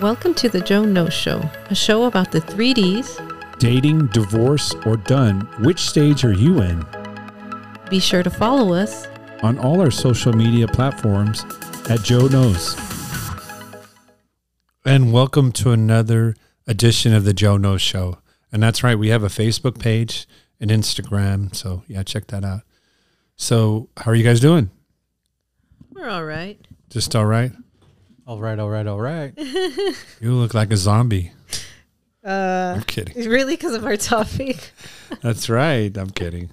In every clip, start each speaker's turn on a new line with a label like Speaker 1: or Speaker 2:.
Speaker 1: Welcome to the Joe No Show, a show about the 3Ds.
Speaker 2: Dating, divorce, or done, which stage are you in?
Speaker 1: Be sure to follow us.
Speaker 2: On all our social media platforms at Joe Knows.
Speaker 3: And welcome to another edition of the Joe No Show. And that's right, we have a Facebook page and Instagram. So yeah, check that out. So how are you guys doing?
Speaker 1: We're all right.
Speaker 3: Just all right?
Speaker 4: All right, all right, all right.
Speaker 3: You look like a zombie.
Speaker 1: Uh,
Speaker 3: I'm kidding.
Speaker 1: really, because of our topic.
Speaker 3: That's right. I'm kidding.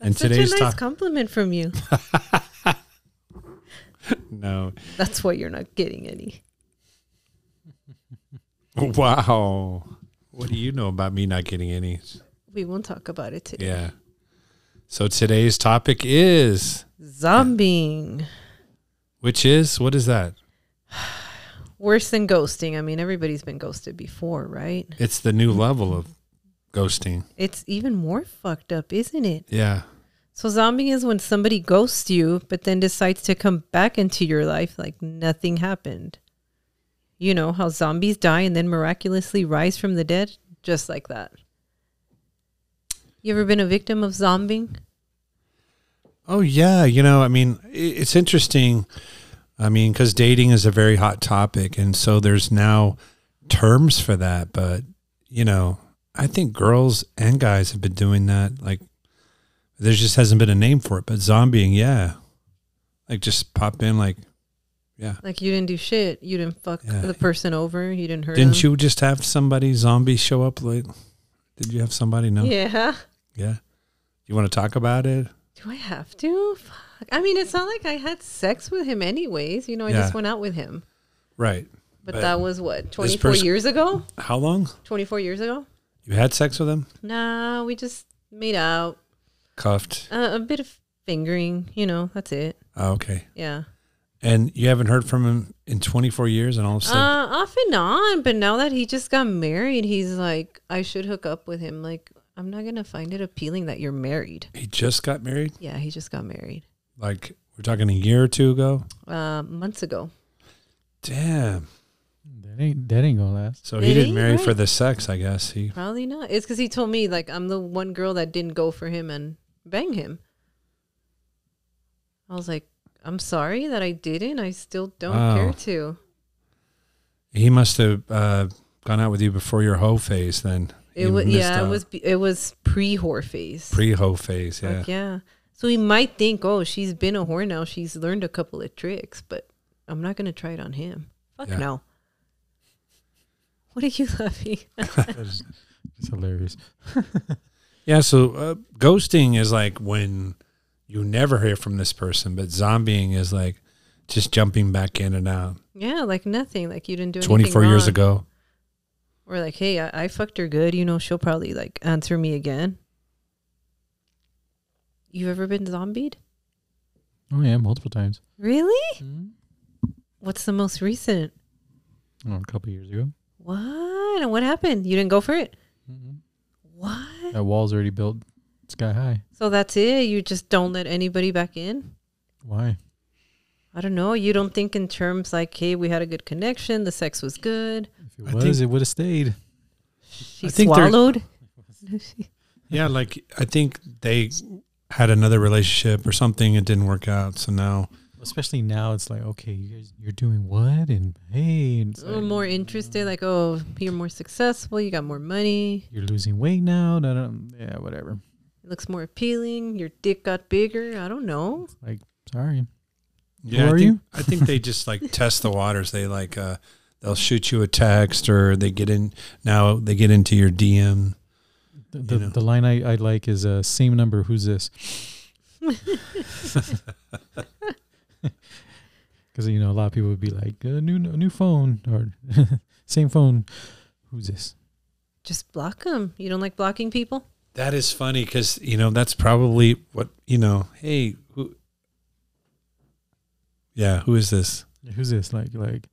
Speaker 3: and
Speaker 1: That's such a
Speaker 3: today's
Speaker 1: nice
Speaker 3: top-
Speaker 1: compliment from you.
Speaker 3: no.
Speaker 1: That's why you're not getting any.
Speaker 3: Wow. What do you know about me not getting any?
Speaker 1: We won't talk about it today.
Speaker 3: Yeah. So today's topic is,
Speaker 1: Zombieing.
Speaker 3: which is, what is that?
Speaker 1: Worse than ghosting. I mean, everybody's been ghosted before, right?
Speaker 3: It's the new level of ghosting.
Speaker 1: It's even more fucked up, isn't it?
Speaker 3: Yeah.
Speaker 1: So zombieing is when somebody ghosts you, but then decides to come back into your life like nothing happened. You know how zombies die and then miraculously rise from the dead, just like that. You ever been a victim of zombing?
Speaker 3: Oh yeah, you know, I mean, i- it's interesting. I mean, because dating is a very hot topic, and so there's now terms for that. But you know, I think girls and guys have been doing that. Like, there just hasn't been a name for it. But zombieing, yeah, like just pop in. Like,
Speaker 1: Like you didn't do shit. You didn't fuck
Speaker 3: Yeah.
Speaker 1: the person over. You didn't hurt.
Speaker 3: didn't
Speaker 1: them.
Speaker 3: you just have somebody zombie show up? Like, did you have somebody? No.
Speaker 1: Yeah.
Speaker 3: Yeah. You want to talk about it?
Speaker 1: Do I have to? Fuck. I mean, it's not like I had sex with him, anyways. You know, I just
Speaker 3: Yeah.
Speaker 1: went out with him.
Speaker 3: Right.
Speaker 1: But,
Speaker 3: But
Speaker 1: that was what twenty four
Speaker 3: person-
Speaker 1: years ago.
Speaker 3: How long
Speaker 1: Twenty four years ago.
Speaker 3: you had sex with him?
Speaker 1: Nah, we just made out.
Speaker 3: Cuffed.
Speaker 1: Uh, a bit of fingering, you know, that's it.
Speaker 3: Oh, okay.
Speaker 1: Yeah.
Speaker 3: And you haven't heard from him in 24 years, and all of a sudden,
Speaker 1: uh, off and on, but now that he just got married, he's like, I should hook up with him. Like, I'm not going to find it appealing that you're married.
Speaker 3: he just got married.
Speaker 1: Yeah, he just got married
Speaker 3: Like we're talking a year or two ago.
Speaker 1: uh, months ago.
Speaker 3: Damn.
Speaker 4: That ain't that ain't gonna last.
Speaker 3: So
Speaker 1: Did
Speaker 3: he didn't
Speaker 1: he?
Speaker 3: marry for
Speaker 1: Right.
Speaker 3: the sex, I guess. He
Speaker 1: Probably not. It's because he told me, like, I'm the one girl that didn't go for him and bang him. I was like, I'm sorry that I didn't. I still don't
Speaker 3: Wow.
Speaker 1: care to.
Speaker 3: he must have uh, gone out with you before your hoe phase. Then
Speaker 1: It was, yeah, it was, it was pre whore phase.
Speaker 3: pre hoe phase. Yeah.
Speaker 1: Fuck yeah. So he might think, oh, she's been a whore now. She's learned a couple of tricks, but I'm not going to try it on him. Fuck
Speaker 3: Yeah.
Speaker 1: no. What are you laughing at?
Speaker 4: That's, that's hilarious.
Speaker 3: Yeah. So uh, ghosting is like when you never hear from this person, but zombieing is like just jumping back in and out.
Speaker 1: Yeah, like nothing. Like you didn't do anything
Speaker 3: 24 years
Speaker 1: wrong.
Speaker 3: ago.
Speaker 1: Or like, hey, I, I fucked her good. You know, she'll probably like answer me again. You've ever been zombied?
Speaker 4: Oh yeah, multiple times.
Speaker 1: Really?
Speaker 4: Mm.
Speaker 3: Mm-hmm.
Speaker 1: What's the most recent?
Speaker 4: Oh, a couple years ago.
Speaker 1: What? And what happened? You didn't go for it?
Speaker 3: Mm-hmm.
Speaker 4: mm
Speaker 1: What?
Speaker 4: That wall's already built sky high.
Speaker 1: So that's it? You just don't let anybody back in?
Speaker 4: Why?
Speaker 1: I don't know. You don't think in terms like, hey, we had a good connection, the sex was good.
Speaker 4: If it
Speaker 3: I
Speaker 4: was,
Speaker 3: think-
Speaker 4: it would have stayed.
Speaker 1: She
Speaker 3: I think there-
Speaker 1: swallowed.
Speaker 3: Yeah, like I think they had another relationship or something. It didn't work out, so now
Speaker 4: Especially now, it's like okay, you guys, you're doing what? And hey, and it's
Speaker 1: Or
Speaker 4: like,
Speaker 1: more interested, like, oh, you're more successful, you got more money,
Speaker 4: You're losing weight now. No, no, yeah, whatever.
Speaker 1: it looks more appealing, your dick got bigger. I don't know.
Speaker 4: Sorry.
Speaker 3: yeah,
Speaker 4: Who
Speaker 3: I
Speaker 4: are
Speaker 3: think,
Speaker 4: you?
Speaker 3: I think they just like test the waters. They like uh, they'll shoot you a text or they get in. Now they get into your DM.
Speaker 4: The,
Speaker 3: You
Speaker 4: the,
Speaker 3: know.
Speaker 4: the line I, I like is uh, same number. Who's this? Because you know a lot of people would be like uh, new new phone or same phone. Who's this?
Speaker 1: Just block them. You don't like blocking people?
Speaker 3: That is funny because you know that's probably what you know. Hey, who? Yeah, who is this?
Speaker 4: Who's this? Like like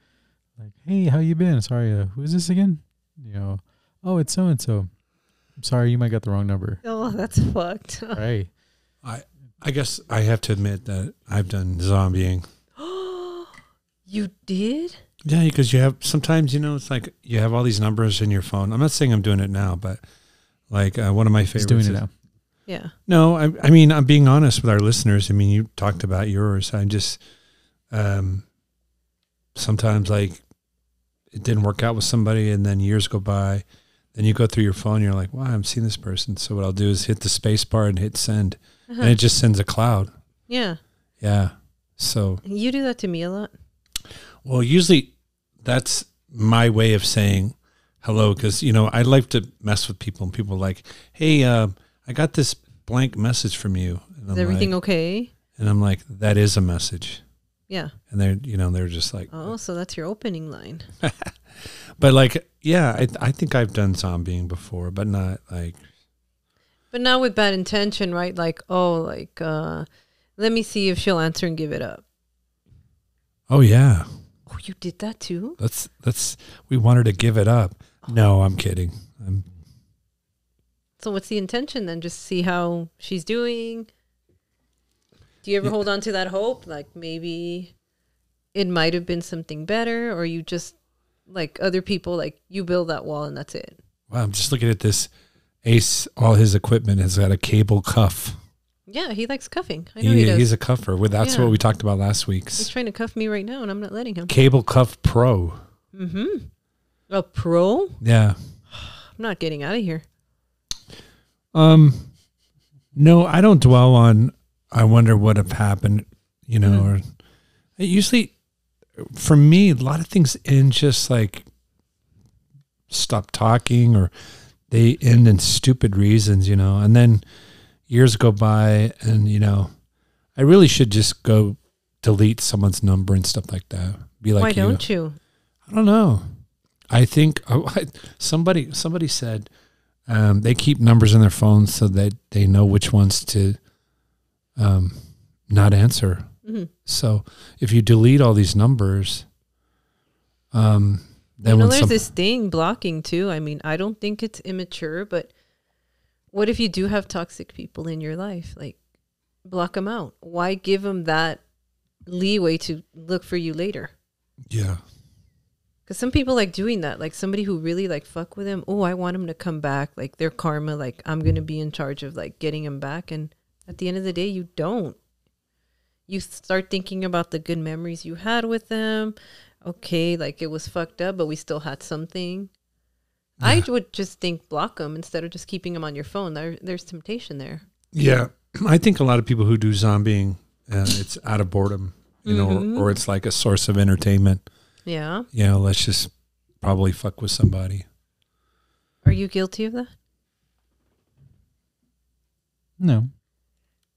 Speaker 4: like hey, how you been? Sorry, uh, who's this again? You know, oh it's so and so. I'm sorry, you might got the wrong number.
Speaker 1: Oh, that's fucked.
Speaker 4: Right.
Speaker 3: I guess I have to admit that I've done zombieing.
Speaker 1: you did?
Speaker 3: Yeah, because you have sometimes you know it's like you have all these numbers in your phone. I'm not saying I'm doing it now, but like uh, one of my
Speaker 4: He's
Speaker 3: favorites.
Speaker 4: doing
Speaker 3: is-
Speaker 4: it now.
Speaker 1: Yeah.
Speaker 3: No, I, I mean I'm being honest with our listeners. I mean you talked about yours. I just um, sometimes like it didn't work out with somebody, and then years go by. Then you go through your phone. You're like, wow, I haven't seen this person. So what I'll do is hit the space bar and hit send,
Speaker 1: Uh-huh.
Speaker 3: and it just sends a cloud.
Speaker 1: yeah.
Speaker 3: Yeah. So
Speaker 1: You do that to me a lot.
Speaker 3: Well, usually that's my way of saying hello because you know I like to mess with people, and people are like, "Hey, uh, I got this blank message from you," and
Speaker 1: Is everything
Speaker 3: like,
Speaker 1: okay?
Speaker 3: and I'm like, "That is a message,"
Speaker 1: Yeah.
Speaker 3: and they're you know they're just like,
Speaker 1: Oh, so that's your opening line.
Speaker 3: but like yeah, I I think I've done zombieing before, but not like
Speaker 1: But not with bad intention, right? Like, oh, like, uh, let me see if she'll answer and give it up.
Speaker 3: oh yeah,
Speaker 1: Oh, you did that too?
Speaker 3: let's let's we wanted to give it up. No, I'm kidding. I'm
Speaker 1: So what's the intention then? Just see how she's doing. Do you ever
Speaker 3: Yeah.
Speaker 1: hold on to that hope? Like maybe it might have been something better, or you just like other people, like you build that wall and that's it.
Speaker 3: wow, I'm just looking at this. Ace, all his equipment has got a cable cuff.
Speaker 1: Yeah, he likes cuffing. I know
Speaker 3: He,
Speaker 1: he does.
Speaker 3: he's
Speaker 1: He's,
Speaker 3: a cuffer. Well, that's
Speaker 1: Yeah.
Speaker 3: what we talked about last week's.
Speaker 1: trying to cuff me right now, and I'm not letting him.
Speaker 3: Cable Cuff Pro.
Speaker 1: Mm-hmm. A pro? I'm
Speaker 3: Yeah.
Speaker 1: not getting out of here.
Speaker 3: Um no, I don't dwell on I wonder what have happened, you
Speaker 1: Hmm.
Speaker 3: know, or it usually for me a lot of things end just like stop talking or they end in stupid reasons, you know. And then years go by and you know, I really should just go delete someone's number and stuff like that. Be like
Speaker 1: Why
Speaker 3: you.
Speaker 1: don't you?
Speaker 3: I don't know. I think oh, I, somebody somebody said um, they keep numbers in their phones so that they know which ones to um, not answer.
Speaker 1: Mm-hmm.
Speaker 3: So if you delete all these numbers, um, then
Speaker 1: you know,
Speaker 3: when
Speaker 1: there's
Speaker 3: some,
Speaker 1: this thing blocking too. I mean, I don't think it's immature, but what if you do have toxic people in your life? Like, block them out. Why give them that leeway to look for you later?
Speaker 3: yeah,
Speaker 1: Because some people like doing that. Like somebody who really like fuck with them. Oh, I want them to come back. Like their karma. Like I'm gonna be in charge of like getting them back. And at the end of the day, you don't. You start thinking about the good memories you had with them. Okay, like it was fucked up, but we still had something. I would just think block them instead of just keeping them on your phone. There, there's temptation there.
Speaker 3: yeah. I think a lot of people who do zombieing, uh, it's out of boredom, you
Speaker 1: Mhm.
Speaker 3: know, or, or it's like a source of entertainment.
Speaker 1: Yeah.
Speaker 3: You know, let's just probably fuck with somebody.
Speaker 1: Are you guilty of that?
Speaker 4: No,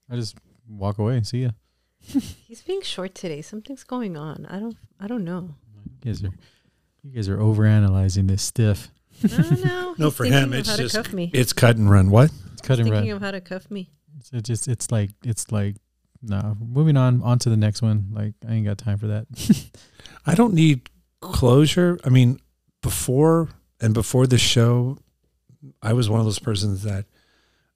Speaker 4: I just walk away. See ya.
Speaker 1: He's being short today. Something's going on. I don't. I don't know.
Speaker 4: You guys are you guys are overanalyzing this stiff.
Speaker 1: I don't know.
Speaker 3: No,
Speaker 1: He's
Speaker 3: for
Speaker 1: thinking
Speaker 3: him,
Speaker 1: of
Speaker 3: it's
Speaker 1: how to
Speaker 3: just-
Speaker 1: cuff me.
Speaker 3: It's cut and run. What?
Speaker 4: It's cut and
Speaker 1: thinking
Speaker 4: run.
Speaker 1: of how to cuff me.
Speaker 4: It's- it just it's like it's like no. moving on on to the next one. Like I ain't got time for that.
Speaker 3: I don't need closure. I mean, before and before the show, I was one of those persons that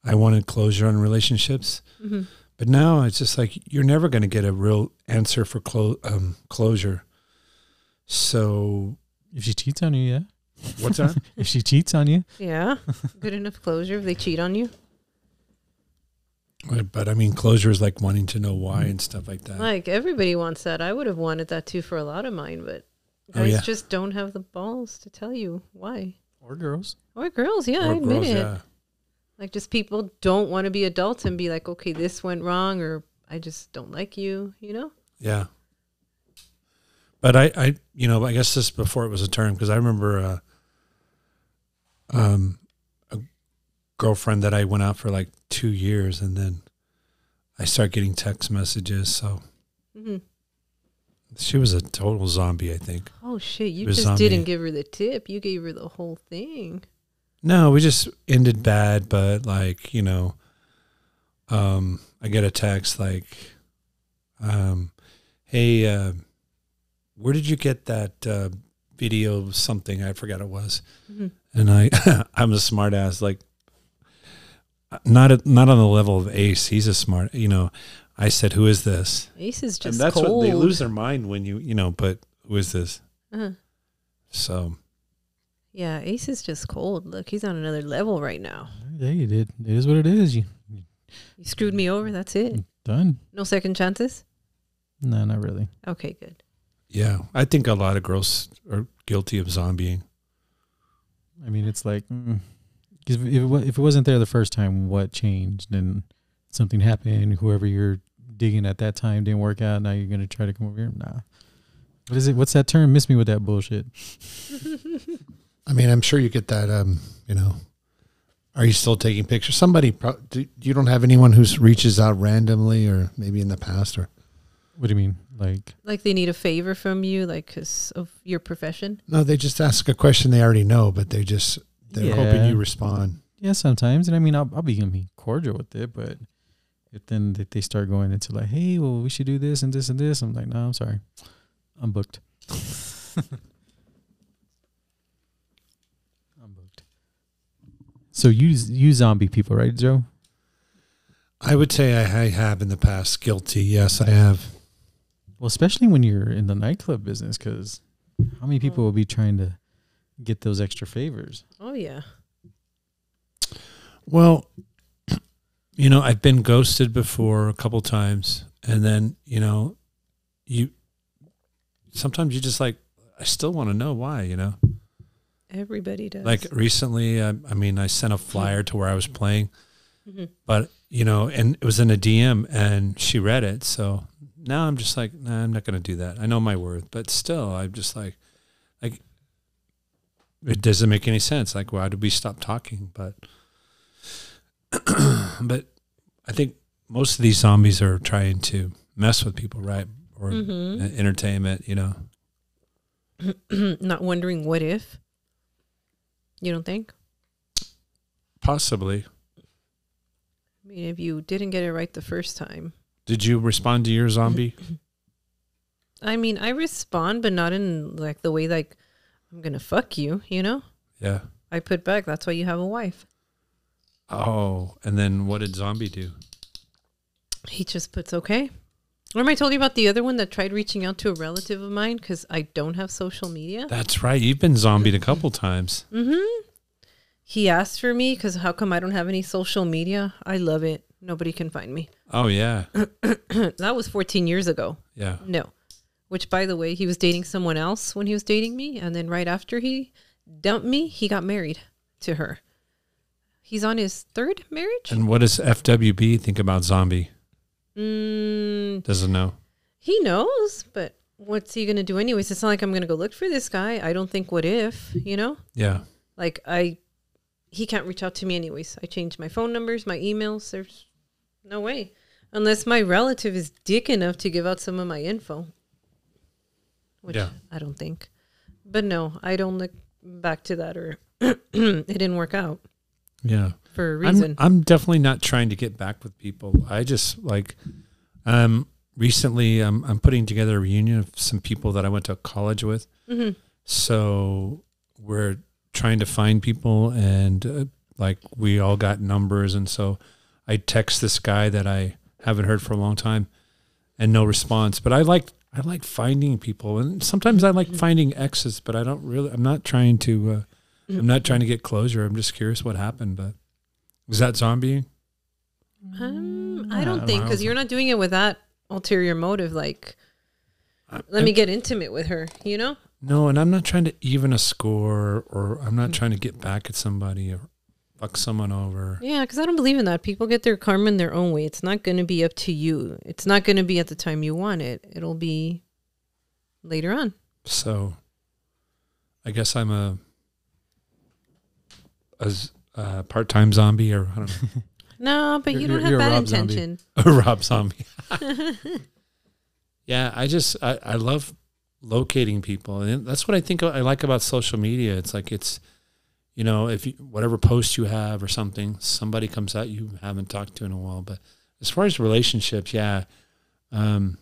Speaker 3: I wanted closure on relationships.
Speaker 1: hmm
Speaker 3: But now it's just like you're never going to get a real answer for clo- um, closure. So
Speaker 4: if she cheats on you, yeah.
Speaker 3: what's that?
Speaker 4: If she cheats on you,
Speaker 1: Yeah, good enough closure if they cheat on you.
Speaker 3: but I mean, closure is like wanting to know why and stuff like that.
Speaker 1: Like everybody wants that. I would have wanted that too for a lot of mine, but
Speaker 3: Oh,
Speaker 1: guys
Speaker 3: yeah.
Speaker 1: just don't have the balls to tell you why.
Speaker 4: or girls,
Speaker 1: Or girls, yeah,
Speaker 3: Or
Speaker 1: I admit
Speaker 3: girls,
Speaker 1: it.
Speaker 3: yeah.
Speaker 1: Like just people don't want to be adults and be like, okay, this went wrong, or I just don't like you. You know?
Speaker 3: Yeah. But I, I, you know, I guess this before it was a term because I remember, uh, um, a girlfriend that I went out for like two years, and then I start getting text messages. So
Speaker 1: hmm
Speaker 3: she was a total zombie, I think.
Speaker 1: Oh shit, you
Speaker 3: It was
Speaker 1: just
Speaker 3: zombie.
Speaker 1: didn't give her the tip. You gave her the whole thing.
Speaker 3: No, we just ended bad, but like, you know, um, I get a text like, um, hey, uh, where did you get that uh, video of something? I forgot it was.
Speaker 1: Mhm.
Speaker 3: And I, I'm a smart ass, like, not a, not on the level of Ace. He's a smart, you know. I said, "Who is this?"
Speaker 1: Ace is
Speaker 3: and
Speaker 1: just
Speaker 3: that's
Speaker 1: cold.
Speaker 3: what they lose their mind when you, you know. But who is this?
Speaker 1: Uh-huh.
Speaker 3: So
Speaker 1: Yeah, Ace is just cold. Look, he's on another level right now.
Speaker 4: Yeah, you did. It is what it is. You
Speaker 1: You screwed me over. That's it.
Speaker 4: done?
Speaker 1: No second chances.
Speaker 4: No, not really.
Speaker 1: Okay, good.
Speaker 3: yeah, I think a lot of girls are guilty of zombieing.
Speaker 4: I mean, it's like mm, 'cause if it, wa- if it wasn't there the first time, what changed? And something happened. Whoever you're digging at that time didn't work out. Now you're gonna try to come over here. Nah. What is it? What's that term? Miss me with that bullshit.
Speaker 3: I mean, I'm sure you get that. Um, you know, are you still taking pictures? Somebody, pro- do, you don't have anyone who reaches out randomly, or maybe in the past, or
Speaker 4: What do you mean? Like
Speaker 1: Like they need a favor from you, like 'cause of your profession.
Speaker 3: no, they just ask a question they already know, but they just they're hoping
Speaker 4: Yeah.
Speaker 3: you respond.
Speaker 4: yeah, sometimes. And I mean, I'll, I'll be, I mean, cordial with it, but if then they- they start going into like, hey, well, we should do this and this and this. I'm like, no, I'm sorry, I'm booked. I'm booked. So you z- you zombie people, right, Joe?
Speaker 3: I would say I, I have in the past guilty. Yes, I have.
Speaker 4: Well, especially when you're in the nightclub business, because how many people will be trying to get those extra favors?
Speaker 1: Oh yeah.
Speaker 3: Well, you know, I've been ghosted before a couple times, and then you know, you sometimes you just like I still want to know why. You know,
Speaker 1: Everybody does.
Speaker 3: like recently, I, I mean, I sent a flyer to where I was playing,
Speaker 1: Mhm.
Speaker 3: but you know, and it was in a DM, and she read it, so now I'm just like, nah, I'm not going to do that. I know my worth, but still, I'm just like, like. It doesn't make any sense. Like, why did we stop talking? But but I think most of these zombies are trying to mess with people, right? Or
Speaker 1: Mhm.
Speaker 3: uh, entertainment, you know.
Speaker 1: Mm-hmm. not wondering what if. You don't think?
Speaker 3: Possibly.
Speaker 1: I mean, if you didn't get it right the first time.
Speaker 3: Did you respond to your zombie?
Speaker 1: I mean, I respond, but not in like the way like I'm gonna fuck you. You know,
Speaker 3: yeah.
Speaker 1: I put back. That's why you have a wife.
Speaker 3: Oh, and then what did zombie do?
Speaker 1: He just puts okay. Remember I told you about the other one that tried reaching out to a relative of mine because I don't have social media.
Speaker 3: That's right. You've been zombied a couple times.
Speaker 1: He asked for me because how come I don't have any social media? I love it. Nobody can find me.
Speaker 3: Oh yeah,
Speaker 1: that was 14 years ago.
Speaker 3: yeah.
Speaker 1: No. Which, by the way, he was dating someone else when he was dating me. And then right after he dumped me, he got married to her. He's on his third marriage.
Speaker 3: And what does FWB think about zombie?
Speaker 1: Mm,
Speaker 3: Doesn't know.
Speaker 1: he knows, but what's he going to do, anyways? It's not like I'm going to go look for this guy. I don't think what if, you know?
Speaker 3: Yeah.
Speaker 1: Like, I, he can't reach out to me, anyways. I changed my phone numbers, my emails. There's no way. Unless my relative is dick enough to give out some of my info, which
Speaker 3: Yeah.
Speaker 1: I don't think. But no, I don't look back to that or it didn't work out
Speaker 3: Yeah.
Speaker 1: for a
Speaker 3: I'm-
Speaker 1: reason.
Speaker 3: I'm, definitely not trying to get back with people. I just like, um, recently um, I'm putting together a reunion of some people that I went to college with. So we're trying to find people, and uh, like we all got numbers, and so I text this guy that I haven't heard for a long time, and no response. But I like I like finding people, and sometimes I like finding exes, but I don't really. I'm not trying to. Uh, I'm not trying to get closure. I'm just curious what happened, but. Was that zombie?
Speaker 1: Um, I
Speaker 3: Ah,
Speaker 1: don't
Speaker 4: I
Speaker 1: think
Speaker 4: don't
Speaker 1: because you're not doing it with that ulterior motive. Like, let me get intimate with her. You know,
Speaker 3: No, and I'm not trying to even a score, or I'm not trying to get back at somebody or fuck someone over.
Speaker 1: yeah, because I don't believe in that. People get their karma in their own way. It's not going to be up to you. It's not going to be at the time you want it. It'll be later on.
Speaker 3: So, I guess I'm a a z- uh, part-time zombie, or I don't know,
Speaker 1: No, but
Speaker 4: You're-
Speaker 1: you don't
Speaker 4: you're-
Speaker 1: have
Speaker 4: you're a
Speaker 1: bad
Speaker 4: Rob Zombie.
Speaker 1: intention.
Speaker 3: a Rob zombie. yeah, I just I, I love locating people, and that's what I think I like about social media. It's like it's you know if you, whatever post you have or something, somebody comes out you haven't talked to in a while, but. as far as relationships, yeah, um,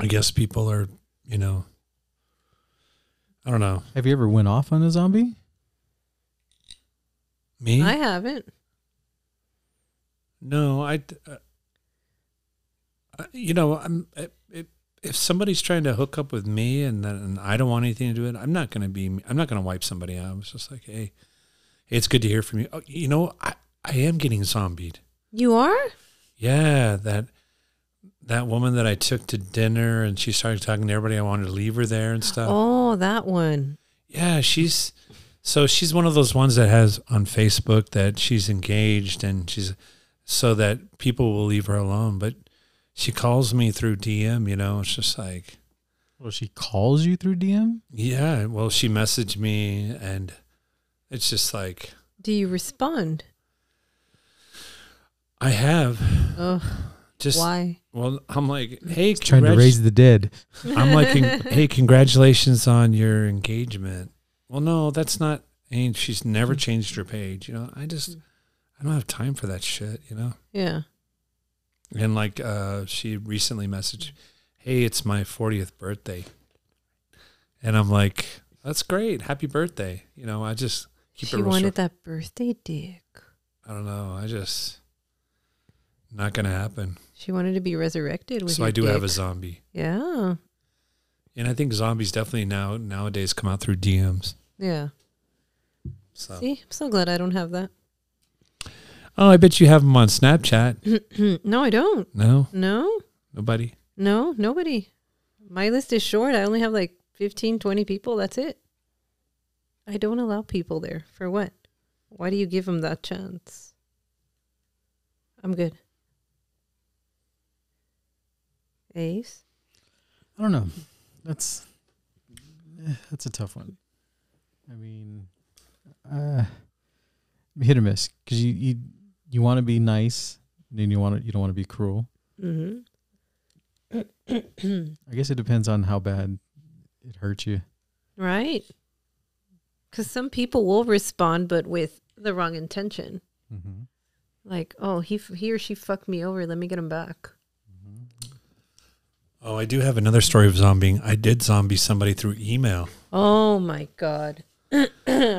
Speaker 3: I guess people are, you know, I don't know.
Speaker 4: Have you ever went off on a zombie?
Speaker 3: Me?
Speaker 1: I haven't.
Speaker 3: no, I, uh, I- you know, uh, I'm, it, it, if somebody's trying to hook up with me and then and I don't want anything to do with it, I'm not going to be, I'm not going to wipe somebody out. It's just like, hey, it's good to hear from you. Oh, you know, I, I am getting zombied.
Speaker 1: You are?
Speaker 3: Yeah, that that woman that I took to dinner and she started talking to everybody. I wanted to leave her there and stuff.
Speaker 1: Oh, that one.
Speaker 3: Yeah, she's so she's one of those ones that has on Facebook that she's engaged and she's so that people will leave her alone. But she calls me through DM, you know, it's just like,
Speaker 4: Well, she calls you through DM.
Speaker 3: yeah, well, she messaged me and it's just like,
Speaker 1: Do you respond?
Speaker 3: I have
Speaker 1: Ugh,
Speaker 3: just,
Speaker 1: why?
Speaker 3: well, I'm like, hey,
Speaker 4: Trying to
Speaker 3: congrats-
Speaker 4: raise the dead.
Speaker 3: I'm like, "Con- hey, congratulations on your engagement. Well, no, that's not. And she's never changed her page. You know, I just, I don't have time for that shit. You know,
Speaker 1: Yeah.
Speaker 3: and like, uh, she recently messaged, "Hey, it's my 40th birthday," and I'm like, "That's great, happy birthday." You know, I just keep
Speaker 1: she
Speaker 3: it real
Speaker 1: wanted
Speaker 3: short.
Speaker 1: that birthday dick.
Speaker 3: I don't know. I just not gonna happen.
Speaker 1: She wanted to be resurrected with
Speaker 3: So I
Speaker 1: your
Speaker 3: do have a
Speaker 1: dick.
Speaker 3: zombie,
Speaker 1: Yeah.
Speaker 3: and I think zombies definitely now nowadays come out through DMs.
Speaker 1: Yeah.
Speaker 3: So.
Speaker 1: See, I'm so glad I don't have that.
Speaker 3: Oh, I bet you have them on Snapchat.
Speaker 1: no, I don't.
Speaker 3: No,
Speaker 1: No,
Speaker 3: nobody.
Speaker 1: no, nobody. My list is short. I only have like 15, 20 people. That's it. I don't allow people there. For what? Why do you give them that chance? I'm good. Ace?
Speaker 4: I don't know. That's eh, that's a tough one. I mean, uh, hit or miss because you you, you want to be nice, and then you want to you don't want to be cruel.
Speaker 1: Mm hmm.
Speaker 4: I guess it depends on how bad it hurts you.
Speaker 1: right? Because some people will respond, but with the wrong intention.
Speaker 4: Mm-hmm.
Speaker 1: Like, oh, he, f- he or she fucked me over. Let me get him back.
Speaker 3: Oh, I do have another story of zombieing. I did zombie somebody through email.
Speaker 1: Oh my god.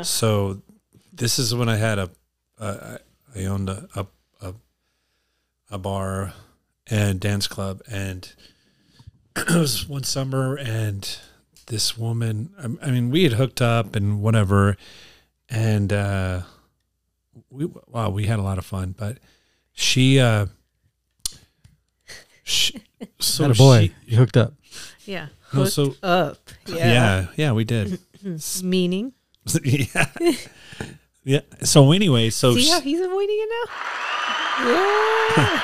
Speaker 3: So this is when I had a, uh, I I owned a, a, a, a bar and dance club. And it was one summer and this woman, I, I mean, we had hooked up and whatever. And, uh, we, wow, we had a lot of fun, but she, uh, sh so
Speaker 4: a boy,
Speaker 3: she-
Speaker 4: you hooked up.
Speaker 1: Yeah.
Speaker 3: No,
Speaker 1: Hooked
Speaker 3: so-
Speaker 1: up.
Speaker 3: Yeah.
Speaker 1: Yeah.
Speaker 3: yeah, we did.
Speaker 1: Meaning.
Speaker 3: yeah, yeah. So anyway, so
Speaker 1: See
Speaker 3: sh-
Speaker 1: how he's avoiding it now? Yeah.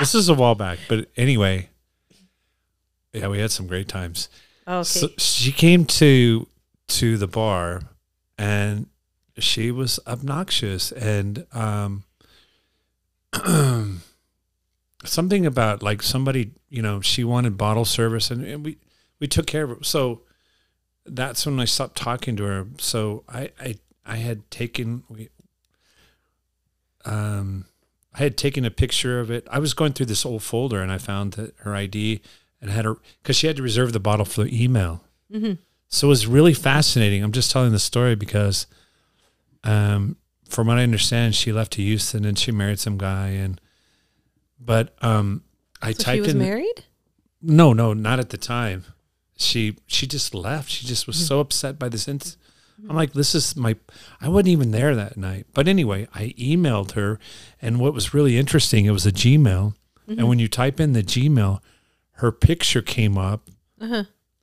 Speaker 3: this is a while back, but anyway, yeah, we had some great times.
Speaker 1: okay.
Speaker 3: So she came to to the bar, and she was obnoxious and um, something about like somebody, you know, she wanted bottle service, and, and we we took care of it. So that's when I stopped talking to her. So I I I had taken we um I had taken a picture of it. I was going through this old folder and I found that her ID and had her because she had to reserve the bottle for the email.
Speaker 1: Mm-hmm.
Speaker 3: So it was really fascinating. I'm just telling the story because, um, from what I understand, she left to Houston and she married some guy. And but um, I
Speaker 1: So
Speaker 3: typed
Speaker 1: she was
Speaker 3: in
Speaker 1: married?
Speaker 3: no, no, not at the time. She she just left. She just was so upset by this. Inc- I'm like, this is my. I wasn't even there that night. But anyway, I emailed her, and what was really interesting, it was a Gmail, and when you type in the Gmail, her picture came up.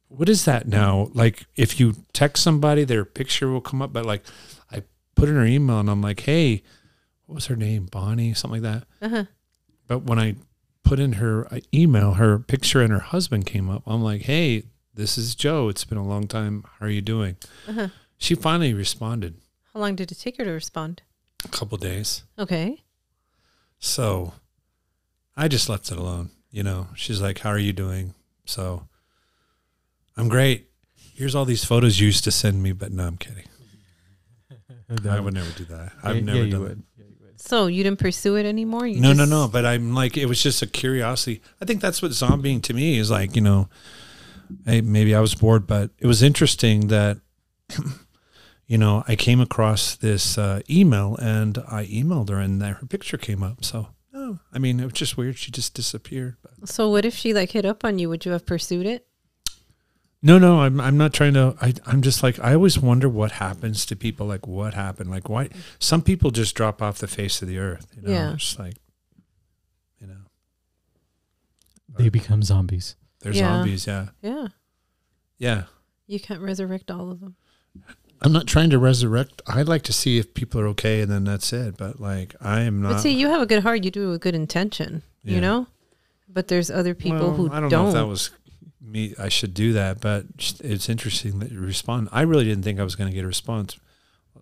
Speaker 3: What is that now? Like, if you text somebody, their picture will come up. But like, I put in her email, and I'm like, hey, what was her name? Bonnie, something like that but when I put in her uh, email, her picture and her husband came up. I'm like, hey, this is Joe. It's been a long time. How are you doing? She finally responded
Speaker 1: How long did it take her to respond?
Speaker 3: a couple days.
Speaker 1: Okay.
Speaker 3: So I just left it alone. You know, she's like, how are you doing? So I'm great. Here's all these photos you used to send me, but no, I'm kidding. I would never do that. I've
Speaker 4: yeah,
Speaker 3: never
Speaker 4: yeah,
Speaker 3: done
Speaker 4: you
Speaker 3: that.
Speaker 4: would. Yeah, you would.
Speaker 1: So you didn't pursue it anymore? You
Speaker 3: no, no,
Speaker 1: just-
Speaker 3: no. But I'm like, it was just a curiosity. I think that's what zombieing to me is like. You know, hey, maybe I was bored, but it was interesting that, you know, I came across this uh, email and I emailed her, and that her picture came up. So, oh, know. I mean, it was just weird. She just disappeared. But
Speaker 1: So what if she like hit up on you? Would you have pursued it?
Speaker 3: no, no, I'm I'm not trying to. I I'm just like I always wonder what happens to people. Like what happened? Like why some people just drop off the face of the earth. You know,
Speaker 1: Yeah.
Speaker 3: just like you know,
Speaker 4: They become zombies.
Speaker 3: they're
Speaker 1: Yeah.
Speaker 3: zombies. Yeah,
Speaker 1: Yeah.
Speaker 3: yeah.
Speaker 1: You can't resurrect all of them.
Speaker 3: I'm not trying to resurrect. I'd like to see if people are okay, and then that's it. But like I am not.
Speaker 1: But see, you have a good heart. You do it with good intention,
Speaker 3: Yeah.
Speaker 1: you know? But there's other people
Speaker 3: Well,
Speaker 1: who
Speaker 3: I don't, know if that was me. I should do that, but it's interesting that you respond. I really didn't think I was going to get a response,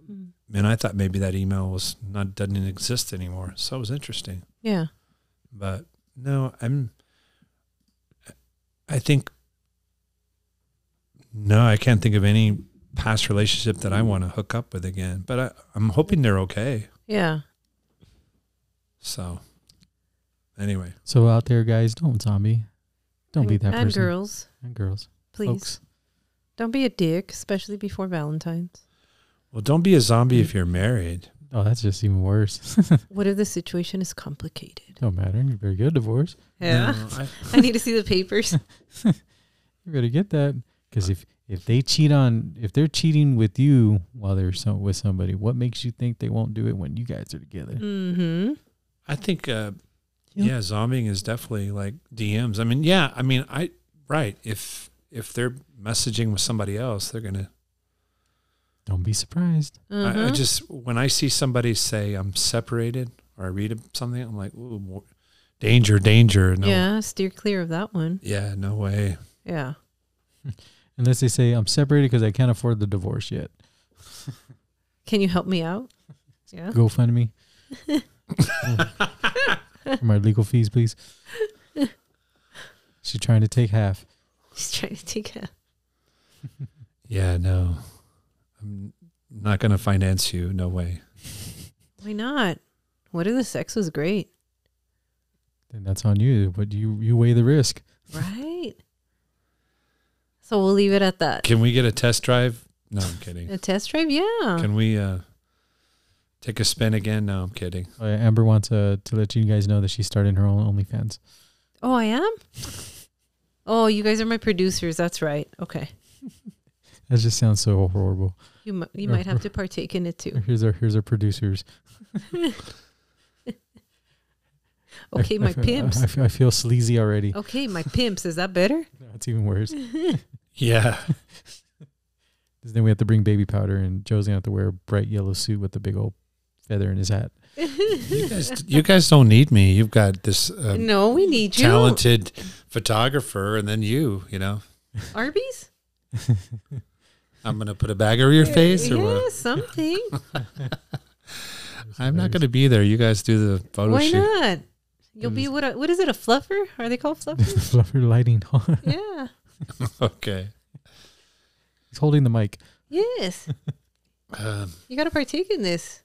Speaker 1: Mm.
Speaker 3: and I thought maybe that email was not doesn't exist anymore. So it was interesting,
Speaker 1: yeah.
Speaker 3: but no, I'm. I think. No, I can't think of any past relationship that I want to hook up with again. But I, I'm hoping they're okay.
Speaker 1: Yeah.
Speaker 3: So, anyway,
Speaker 4: So out there, guys, don't zombie. Don't be
Speaker 1: And-
Speaker 4: that
Speaker 1: and
Speaker 4: person.
Speaker 1: girls,
Speaker 4: And girls.
Speaker 1: please.
Speaker 4: Folks.
Speaker 1: Don't be a dick, especially before Valentine's.
Speaker 3: well, don't be a zombie if you're married.
Speaker 4: Oh, that's just even worse.
Speaker 1: What if the situation is complicated?
Speaker 4: don't matter. You're very good divorce.
Speaker 1: Yeah.
Speaker 3: No, I-
Speaker 1: I need to see the papers.
Speaker 4: You're gonna get that because if if they cheat on if they're cheating with you while they're so, with somebody, what makes you think they won't do it when you guys are together?
Speaker 1: mm-hmm.
Speaker 3: I think, uh,
Speaker 4: Yeah.
Speaker 3: yeah, zombieing is definitely like DMs. I mean, yeah, I mean, I right. If if they're messaging with somebody else, they're gonna.
Speaker 4: Don't be surprised.
Speaker 3: I,
Speaker 1: Mm-hmm.
Speaker 3: I just when I see somebody say I'm separated or I read something, I'm like, ooh, more, danger, danger. No, yeah.
Speaker 1: Yeah, steer clear of that one.
Speaker 3: no way.
Speaker 1: Yeah.
Speaker 4: Unless they say I'm separated because I can't afford the divorce yet.
Speaker 1: Can you help me out? Yeah.
Speaker 4: GoFundMe. For my legal fees, please. She's trying to take half.
Speaker 1: He's trying to take a.
Speaker 3: Yeah, no, I'm not gonna finance you. No way.
Speaker 1: Why not? What if the sex was great?
Speaker 4: Then that's on you. But you you weigh the risk.
Speaker 1: Right? so we'll leave it at that.
Speaker 3: Can we get a test drive? No, I'm kidding.
Speaker 1: A test drive? Yeah.
Speaker 3: Can we uh, take a spin again? No, I'm kidding.
Speaker 4: Uh, Amber wants uh, to let you guys know that she's starting her own OnlyFans.
Speaker 1: Oh, I am? Oh, you guys are my producers. That's right. Okay.
Speaker 4: That just sounds so horrible.
Speaker 1: You, mi- you might have to partake in it too.
Speaker 4: Here's our here's our producers. I-
Speaker 1: Okay,
Speaker 4: I
Speaker 1: my
Speaker 4: feel-
Speaker 1: pimps. Oh.
Speaker 4: I, feel, I feel sleazy already.
Speaker 1: Okay, my pimps. Is that better?
Speaker 4: No, it's even worse. 'Cause
Speaker 3: Yeah.
Speaker 4: then we have to bring baby powder, and Joe's gonna have to wear a bright yellow suit with the big old feather in his hat.
Speaker 3: you guys, you guys don't need me. You've got this uh,
Speaker 1: no, we need you.
Speaker 3: talented photographer, and then you. You know,
Speaker 1: Arby's?
Speaker 3: I'm gonna put a bag over your face,
Speaker 1: yeah,
Speaker 3: or what?
Speaker 1: something.
Speaker 3: I'm not gonna be there. You guys do the photo
Speaker 1: Why
Speaker 3: shoot.
Speaker 1: not? You'll be what? A, what is it? A fluffer? Are they called
Speaker 4: There's the
Speaker 1: fluffers?
Speaker 4: fluffer lighting on.
Speaker 1: yeah.
Speaker 3: Okay.
Speaker 4: He's holding the mic.
Speaker 1: Yes.
Speaker 3: Um,
Speaker 1: You got to partake in this.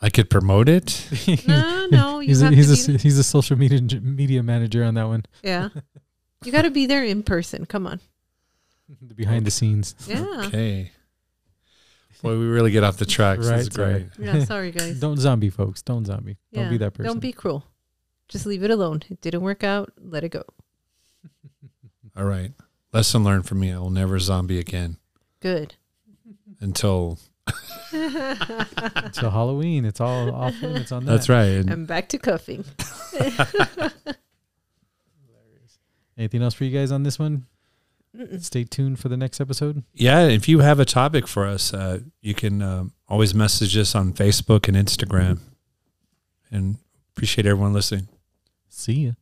Speaker 3: I could promote it.
Speaker 1: No, no. You
Speaker 4: he's
Speaker 1: have
Speaker 4: a, he's
Speaker 1: to
Speaker 4: a
Speaker 1: be
Speaker 4: s- he's a social media media manager on that one.
Speaker 1: Yeah. You got to be there in person. Come on.
Speaker 4: The behind the scenes.
Speaker 1: Yeah.
Speaker 3: Okay. Boy, we really get off the tracks. That's
Speaker 4: Right, sorry.
Speaker 3: great.
Speaker 1: Yeah. Sorry, guys.
Speaker 4: Don't zombie, folks. Don't zombie.
Speaker 1: yeah.
Speaker 4: Don't be that person.
Speaker 1: Don't be cruel. Just leave it alone. It didn't work out. Let it go.
Speaker 3: All right. Lesson learned from me. I will never zombie again
Speaker 1: Good.
Speaker 3: until.
Speaker 4: Till Halloween, it's all off limits on that.
Speaker 3: That's right. And
Speaker 1: I'm back to cuffing.
Speaker 4: Anything else for you guys on this one?
Speaker 1: Mm-mm.
Speaker 4: Stay tuned for the next episode.
Speaker 3: yeah, if you have a topic for us, uh, you can um, always message us on Facebook and Instagram. And appreciate everyone listening.
Speaker 4: See ya.